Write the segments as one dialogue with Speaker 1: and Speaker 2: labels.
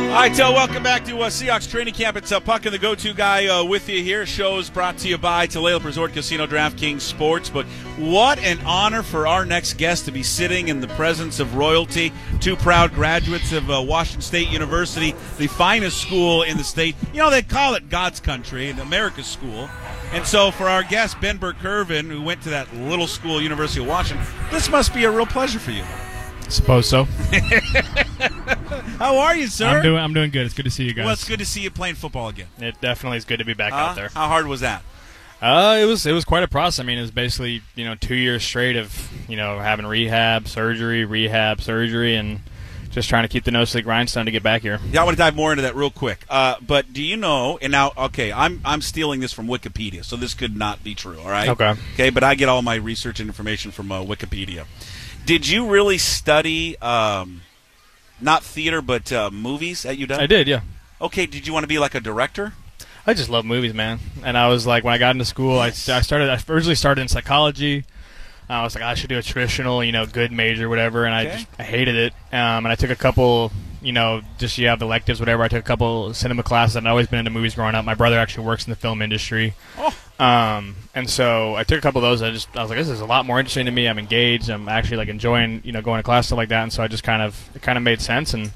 Speaker 1: All right, so welcome back to uh, Seahawks training camp. It's uh, Puck and the go-to guy uh, with you here. Shows brought to you by Tulalip Resort Casino, DraftKings Sportsbook. What an honor for our next guest to be sitting in the presence of royalty. Two proud graduates of uh, Washington State University, the finest school in the state. You know they call it God's country and America's school. And so for our guest Ben Burkervin, who went to that little school, University of Washington, this must be a real pleasure for you.
Speaker 2: Suppose so.
Speaker 1: How are you, sir?
Speaker 2: I'm doing. I'm doing good. It's good to see you guys.
Speaker 1: Well, it's good to see you playing football again.
Speaker 2: It definitely is good to be back
Speaker 1: Huh?
Speaker 2: out there.
Speaker 1: How hard was that?
Speaker 2: Uh, it was. It was quite a process. I mean, it was basically you know two years straight of you know having rehab, surgery, rehab, surgery, and just trying to keep the nose to the grindstone to get back here.
Speaker 1: Yeah, I want to dive more into that real quick. Uh, but do you know? And now, okay, I'm I'm stealing this from Wikipedia, so this could not be true. All right.
Speaker 2: Okay.
Speaker 1: Okay, but I get all my research and information from uh, Wikipedia. Did you really study, um, not theater, but uh, movies at UW?
Speaker 2: I did, yeah.
Speaker 1: Okay. Did you want to be like a director?
Speaker 2: I just love movies, man. And I was like, when I got into school, I, st- I started. I originally started in psychology. I was like, I should do a traditional, you know, good major, whatever. And
Speaker 1: Okay.
Speaker 2: I just I hated it. Um, and I took a couple, you know, just you have electives, whatever. I took a couple cinema classes. I'd always been into movies growing up. My brother actually works in the film industry.
Speaker 1: Oh.
Speaker 2: Um, and so I took a couple of those. I just I was like, this is a lot more interesting to me. I'm engaged. I'm actually like enjoying, you know, going to class stuff like that. And so I just kind of it kind of made sense and.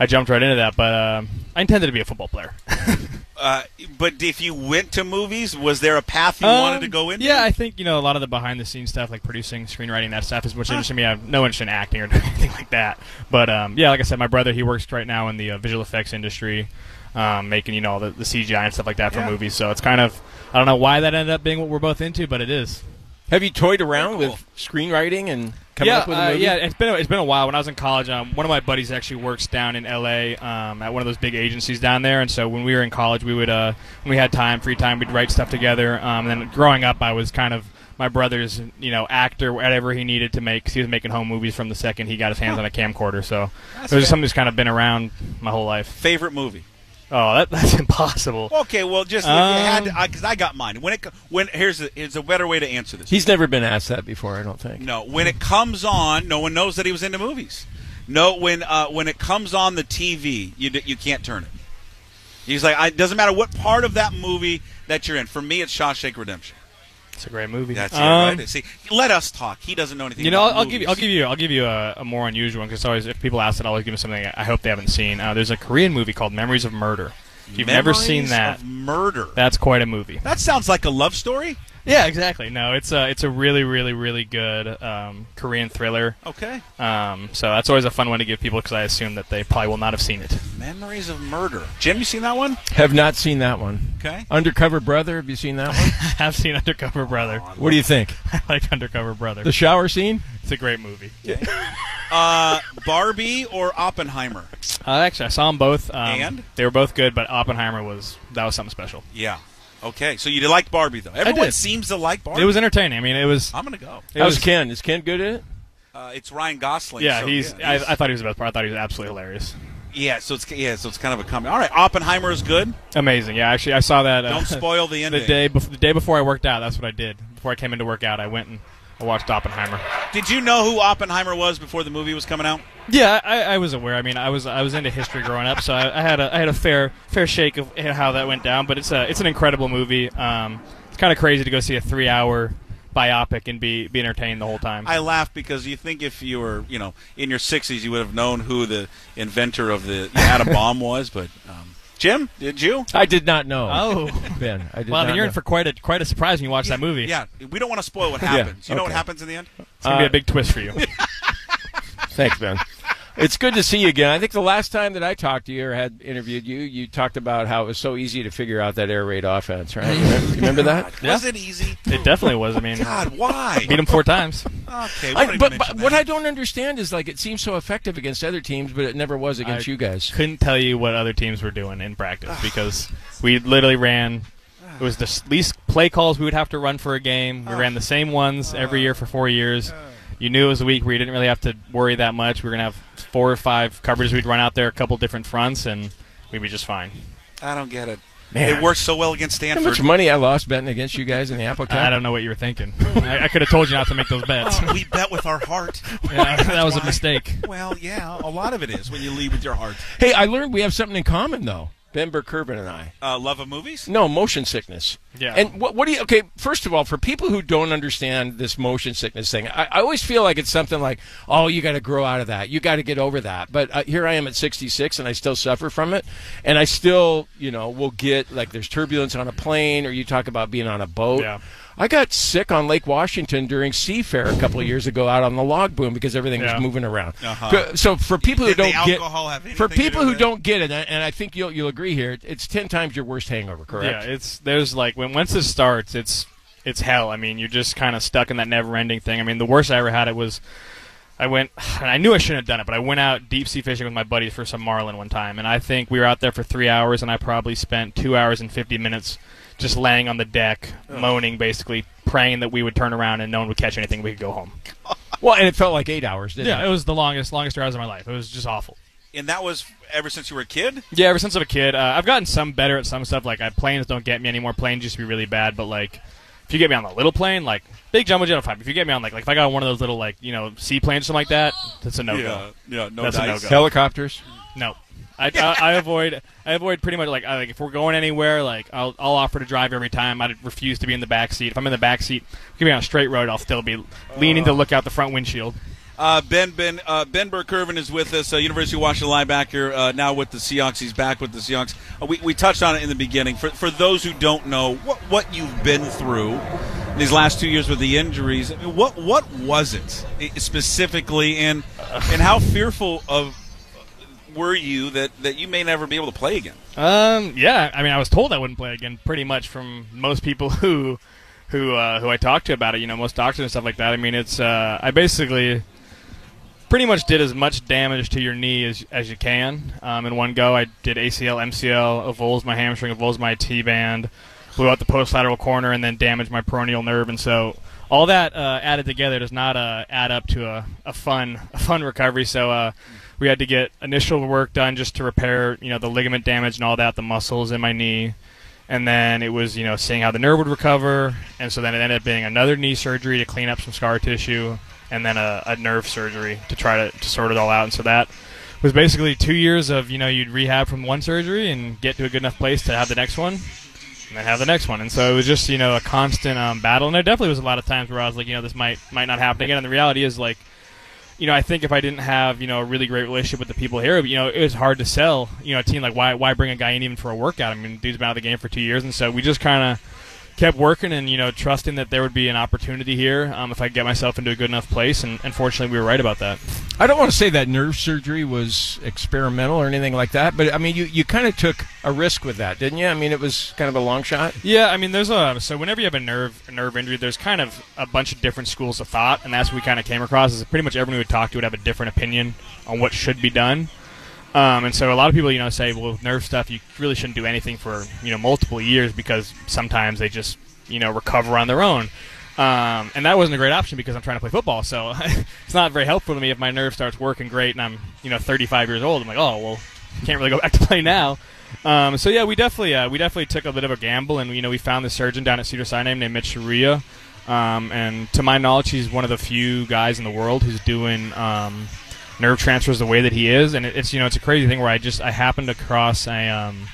Speaker 2: I jumped right into that, but uh, I intended to be a football player.
Speaker 1: Uh, but if you went to movies, was there a path you wanted
Speaker 2: Um,
Speaker 1: to go into?
Speaker 2: Yeah, I think you know a lot of the behind the scenes stuff, like producing, screenwriting, that stuff is what's interesting to me. I have no interest in acting or anything like that. But um, yeah, like I said, my brother he works right now in the uh, visual effects industry, um, making you know all the, the CGI and stuff like that for
Speaker 1: Yeah.
Speaker 2: movies. So it's kind of I don't know why that ended up being what we're both into, but it is.
Speaker 3: Have you toyed around
Speaker 1: Very cool.
Speaker 3: with screenwriting and coming
Speaker 2: yeah,
Speaker 3: up with a
Speaker 2: uh,
Speaker 3: movie?
Speaker 2: yeah, it's been a, it's been a while. When I was in college, um, one of my buddies actually works down in L.A. Um, at one of those big agencies down there, and so when we were in college, we would uh, when we had time, free time, we'd write stuff together. Um, and then growing up, I was kind of my brother's you know actor, whatever he needed to make. 'cause he was making home movies from the second he got his hands on a camcorder. So it was just something that's kind of been around my whole life.
Speaker 1: Favorite movie?
Speaker 2: Oh, that, that's impossible.
Speaker 1: Okay, well, just if you had
Speaker 2: Um,
Speaker 1: to, because I, got mine. When it co- when here's a, here's a better way to answer this.
Speaker 3: He's never been asked that before, I don't think.
Speaker 1: No, when it comes on, no one knows that he was into movies. No, when uh, when it comes on the TV, you d- you can't turn it. He's like, I- it doesn't matter what part of that movie that you're in. For me, it's Shawshank Redemption.
Speaker 2: It's a great movie.
Speaker 1: That's
Speaker 2: Um,
Speaker 1: it. Right? See, let us talk. He doesn't know anything.
Speaker 2: You know, I'll,
Speaker 1: about
Speaker 2: I'll give you, I'll
Speaker 1: movies.
Speaker 2: give you, I'll give you a, a more unusual one because always if people ask it, I always give them something I hope they haven't seen. Uh, there's a Korean movie called Memories of Murder. If you've never seen
Speaker 1: Memories
Speaker 2: that,
Speaker 1: of murder.
Speaker 2: that's quite a movie.
Speaker 1: That sounds like a love story.
Speaker 2: Yeah, exactly. No, it's a it's a really really really good um, Korean thriller.
Speaker 1: Okay.
Speaker 2: Um, so that's always a fun one to give people because I assume that they probably will not have seen it.
Speaker 1: Memories of murder. Jim, you seen that one?
Speaker 3: Have not seen that one.
Speaker 1: Okay.
Speaker 3: Undercover Brother, have you seen that one?
Speaker 2: I have seen Undercover Brother.
Speaker 3: what do you think?
Speaker 2: I like Undercover Brother.
Speaker 3: The shower scene?
Speaker 2: It's a great movie.
Speaker 1: Uh, Barbie or Oppenheimer?
Speaker 2: Uh, actually, I saw them both. Um,
Speaker 1: And?
Speaker 2: they were both good, but Oppenheimer was that was something special.
Speaker 1: Yeah. Okay. So you liked Barbie though. Everyone seems to like Barbie.
Speaker 2: It was entertaining. I mean, it was.
Speaker 1: I'm gonna go.
Speaker 2: It
Speaker 3: How's
Speaker 2: was-
Speaker 3: Ken? Is Ken good at it?
Speaker 1: Uh, it's Ryan Gosling.
Speaker 2: Yeah,
Speaker 1: so,
Speaker 2: he's.
Speaker 1: Yeah,
Speaker 2: I, I thought he was the best part. I thought he was absolutely hilarious.
Speaker 1: yeah, so it's yeah, so it's kind of a comedy. All right, Oppenheimer is good.
Speaker 2: Amazing. Yeah, actually, I saw that. Uh,
Speaker 1: Don't spoil the
Speaker 2: the
Speaker 1: ending.
Speaker 2: day bef- the day before I worked out. That's what I did. Before I came into workout, I went and I watched Oppenheimer.
Speaker 1: Did you know who Oppenheimer was before the movie was coming out?
Speaker 2: Yeah, I, I was aware. I mean, I was I was into history growing up, so I, I had a I had a fair fair shake of how that went down. But it's a it's an incredible movie. Um, it's kind of crazy to go see a three hour biopic and be be entertained the whole time.
Speaker 1: I laugh because you think if you were, you know, in your 60s, you would have known who the inventor of the atom bomb was. But um, Jim, did you?
Speaker 3: I did not know.
Speaker 2: oh,
Speaker 3: Ben, I did
Speaker 2: well, I
Speaker 3: not
Speaker 2: mean, you're in
Speaker 3: know.
Speaker 2: for quite a quite a surprise when you watch that movie.
Speaker 1: Yeah, we don't want to spoil what happens. You know what
Speaker 3: okay.
Speaker 1: happens in the end?
Speaker 2: it's gonna be
Speaker 3: Uh,
Speaker 2: a big twist for you.
Speaker 3: Thanks, Ben. it's good to see you again. I think the last time that I talked to you or had interviewed you, you talked about how it was so easy to figure out that air raid offense, right? You remember- you remember that?
Speaker 1: Was it easy?
Speaker 2: It definitely was. I mean,
Speaker 1: God, why?
Speaker 2: beat him four times.
Speaker 1: Okay,
Speaker 3: I, but but what I don't understand is like it seems so effective against other teams, but it never was against
Speaker 2: I
Speaker 3: you guys.
Speaker 2: Couldn't tell you what other teams were doing in practice because we literally ran. It was the s- least play calls we would have to run for a game. We ran the same ones every year for four years. You knew it was a week where you didn't really have to worry that much. We were gonna have four or five covers. We'd run out there a couple different fronts, and we'd be just fine.
Speaker 1: I don't get it.
Speaker 3: Man.
Speaker 1: It works so well against
Speaker 3: How
Speaker 1: Stanford.
Speaker 3: much money I lost betting against you guys in the Apple Cup?
Speaker 2: I don't know what you were thinking. I, I could have told you not to make those bets.
Speaker 1: we bet with our heart.
Speaker 2: Yeah, that was a
Speaker 1: Why?
Speaker 2: mistake.
Speaker 1: Well, yeah, a lot of it is when you lead with your heart.
Speaker 3: Hey, I learned we have something in common though. Ben Burkervin and I.
Speaker 1: Uh, love of movies?
Speaker 3: No, motion sickness.
Speaker 2: Yeah.
Speaker 3: And what, what do you, okay, first of all, for people who don't understand this motion sickness thing, I, I always feel like it's something like, oh, you got to grow out of that. You got to get over that. But uh, here I am at 66 and I still suffer from it. And I still, you know, will get like there's turbulence on a plane or you talk about being on a boat.
Speaker 2: Yeah.
Speaker 3: I got sick on Lake Washington during Seafair a couple of years ago out on the log boom because everything
Speaker 2: Yeah.
Speaker 3: was moving around.
Speaker 1: Uh-huh.
Speaker 3: So for people who
Speaker 1: Did the
Speaker 3: don't get
Speaker 1: alcohol have anything
Speaker 3: for
Speaker 1: to do
Speaker 3: people who
Speaker 1: with it?
Speaker 3: don't get it, and- and I think you'll you'll agree here, it's ten times your worst hangover, correct?
Speaker 2: Yeah, it's there's like when once it starts, it's it's hell. I mean, you're just kind of stuck in that never-ending thing. I mean, the worst I ever had it was I went and I knew I shouldn't have done it, but I went out deep sea fishing with my buddies for some marlin one time, and I think we were out there for three hours, and I probably spent two hours and fifty minutes just laying on the deck, moaning, basically praying that we would turn around and no one would catch anything, we could go home.
Speaker 3: Well, and it felt like eight hours, didn't
Speaker 2: Yeah,
Speaker 3: it?
Speaker 2: it was the longest longest hours of my life. It was just awful.
Speaker 1: And that was ever since you were a kid?
Speaker 2: Yeah, ever since I'm a kid, uh, I've gotten some better at some stuff. Like, I, planes don't get me anymore. Planes used to be really bad, but like, if you get me on the little plane, like big jumbo jet, I'm fine. If you get me on like, like if I got one of those little like you know seaplanes, something like that, that's a no
Speaker 1: yeah,
Speaker 2: go.
Speaker 1: yeah, no
Speaker 2: That's a
Speaker 1: dice.
Speaker 2: no-go.
Speaker 3: Helicopters.
Speaker 2: No, I, I, I avoid I avoid pretty much like I, like if we're going anywhere, like I'll, I'll offer to drive every time. I refuse to be in the back seat. If I'm in the back seat, if you be on a straight road, I'll still be leaning to look out the front windshield.
Speaker 1: Uh, ben Ben uh, Ben Burkervin is with us, uh, University of Washington linebacker. Uh, now with the Seahawks, he's back with the Seahawks. Uh, we, we touched on it in the beginning. For for those who don't know what what you've been through these last two years with the injuries, I mean, what what was it i- specifically, and and how fearful of uh, were you that that you may never be able to play again?
Speaker 2: Um, yeah. I mean, I was told I wouldn't play again, pretty much from most people who, who, uh, who I talked to about it. You know, most doctors and stuff like that. I mean, it's uh, I basically pretty much did as much damage to your knee as, as you can um, in one go. I did ACL, MCL, avulsed my hamstring, avulsed my T band, blew out the postlateral corner, and then damaged my peroneal nerve. And so all that uh, added together does not uh, add up to a, a fun a fun recovery. So uh, we had to get initial work done just to repair you know the ligament damage and all that, the muscles in my knee. And then it was, you know, seeing how the nerve would recover, and so then it ended up being another knee surgery to clean up some scar tissue, and then a, a nerve surgery to try to, to sort it all out. And so that was basically two years of, you know, you'd rehab from one surgery and get to a good enough place to have the next one, and then have the next one. And so it was just, you know, a constant um, battle. And there definitely was a lot of times where I was like, you know, this might might not happen again. And the reality is, like, you know, I think if I didn't have you know a really great relationship with the people here, you know, it was hard to sell. You know, a team like why why bring a guy in even for a workout? I mean, dude's been out of the game for two years, and so we just kind of kept working and you know trusting that there would be an opportunity here um, if I could get myself into a good enough place. And, and fortunately, we were right about that.
Speaker 3: I don't want to say that nerve surgery was experimental or anything like that, but I mean, you, you kind of took a risk with that, didn't you? I mean, it was kind of a long shot.
Speaker 2: Yeah, I mean, there's a so whenever you have a nerve a nerve injury, there's kind of a bunch of different schools of thought, and that's what we kind of came across. Is pretty much everyone we would talk to would have a different opinion on what should be done. Um, and so a lot of people, you know, say, well, with nerve stuff, you really shouldn't do anything for you know multiple years because sometimes they just you know recover on their own. Um, and that wasn't a great option because I'm trying to play football, so it's not very helpful to me if my nerve starts working great and I'm you know 35 years old. I'm like, oh well, can't really go back to play now. Um, so yeah, we definitely uh, we definitely took a bit of a gamble, and you know we found this surgeon down at Cedar Sinai named Mitch Sharia, um, and to my knowledge, he's one of the few guys in the world who's doing um, nerve transfers the way that he is, and it, it's you know it's a crazy thing where I just I happened across a um,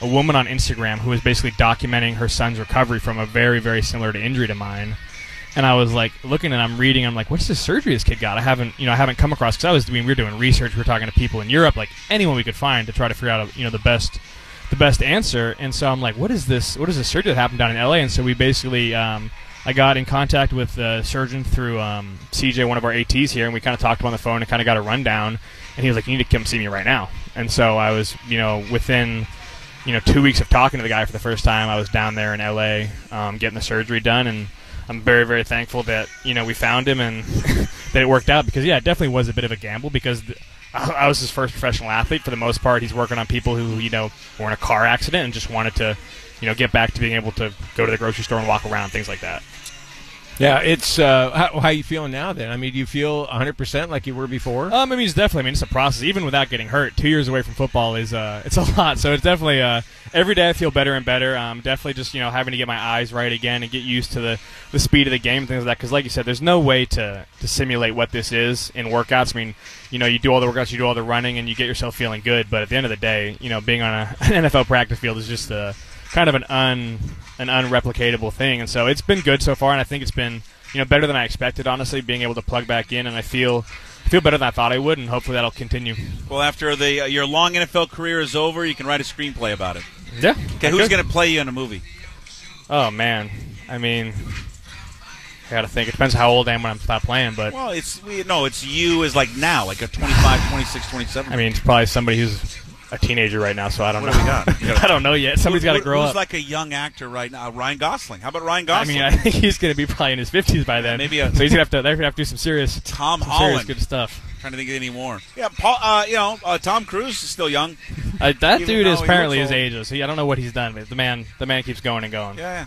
Speaker 2: a woman on Instagram who was basically documenting her son's recovery from a very very similar to injury to mine. And I was like looking, and I'm reading. I'm like, "What's this surgery this kid got? I haven't, you know, I haven't come across." Because I was doing, we were doing research. We were talking to people in Europe, like anyone we could find, to try to figure out, you know, the best the best answer. And so I'm like, what is this? What is this surgery that happened down in LA? And so we basically um, I got in contact with the surgeon through um, CJ, one of our ATs here, and we kind of talked on the phone and kind of got a rundown. And he was like, "You need to come see me right now." And so I was, you know, within you know two weeks of talking to the guy for the first time, I was down there in LA um, getting the surgery done, and I'm very very thankful that you know we found him and that it worked out because yeah, it definitely was a bit of a gamble because. Th- I I was his first professional athlete. For the most part, he's working on people who you know were in a car accident and just wanted to, you know, get back to being able to go to the grocery store and walk around, things like that.
Speaker 3: Yeah, it's uh, how, how you feeling now? Then I mean, do you feel 100 percent like you were before?
Speaker 2: Um, I mean, it's definitely. I mean, it's a process. Even without getting hurt, two years away from football is uh, it's a lot. So it's definitely uh, every day I feel better and better. Um, definitely just you know having to get my eyes right again and get used to the, the speed of the game and things like that. Because like you said, there's no way to to simulate what this is in workouts. I mean, you know, you do all the workouts, you do all the running, and you get yourself feeling good. But at the end of the day, you know, being on a, an NFL practice field is just a kind of an un an unreplicatable thing. And so it's been good so far, and I think it's been you know better than I expected. Honestly, being able to plug back in, and I feel I feel better than I thought I would, and hopefully that'll continue.
Speaker 1: Well, after the uh, your long NFL career is over, you can write a screenplay about it.
Speaker 2: Yeah.
Speaker 1: Okay, who's going to play you in a movie?
Speaker 2: Oh man, I mean, I gotta think. It depends how old I am when I'm stop playing, but
Speaker 1: Well, it's we, no, it's you is like now, like a 25, 26, 27.
Speaker 2: I mean, it's probably somebody who's a teenager right now, so I don't
Speaker 1: What
Speaker 2: know.
Speaker 1: have we got?
Speaker 2: I don't know yet. Somebody's got to
Speaker 1: Who-
Speaker 2: grow
Speaker 1: who's
Speaker 2: up.
Speaker 1: like a young actor right now? Uh, Ryan Gosling. How about Ryan
Speaker 2: I
Speaker 1: Gosling?
Speaker 2: mean, I think he's gonna be probably in his fifties by then.
Speaker 1: maybe a-
Speaker 2: so he's gonna have to. They're gonna have to do some serious,
Speaker 1: Tom
Speaker 2: some serious
Speaker 1: Holland.
Speaker 2: good stuff.
Speaker 1: Trying to think of any more. Yeah, Paul. Uh, you know, uh, Tom Cruise is still young.
Speaker 2: Uh, that
Speaker 1: Even
Speaker 2: dude
Speaker 1: though
Speaker 2: is
Speaker 1: he
Speaker 2: apparently
Speaker 1: looks
Speaker 2: his
Speaker 1: old.
Speaker 2: ageless. He, I don't know what he's done, but the man, the man keeps going and going.
Speaker 1: Yeah. yeah.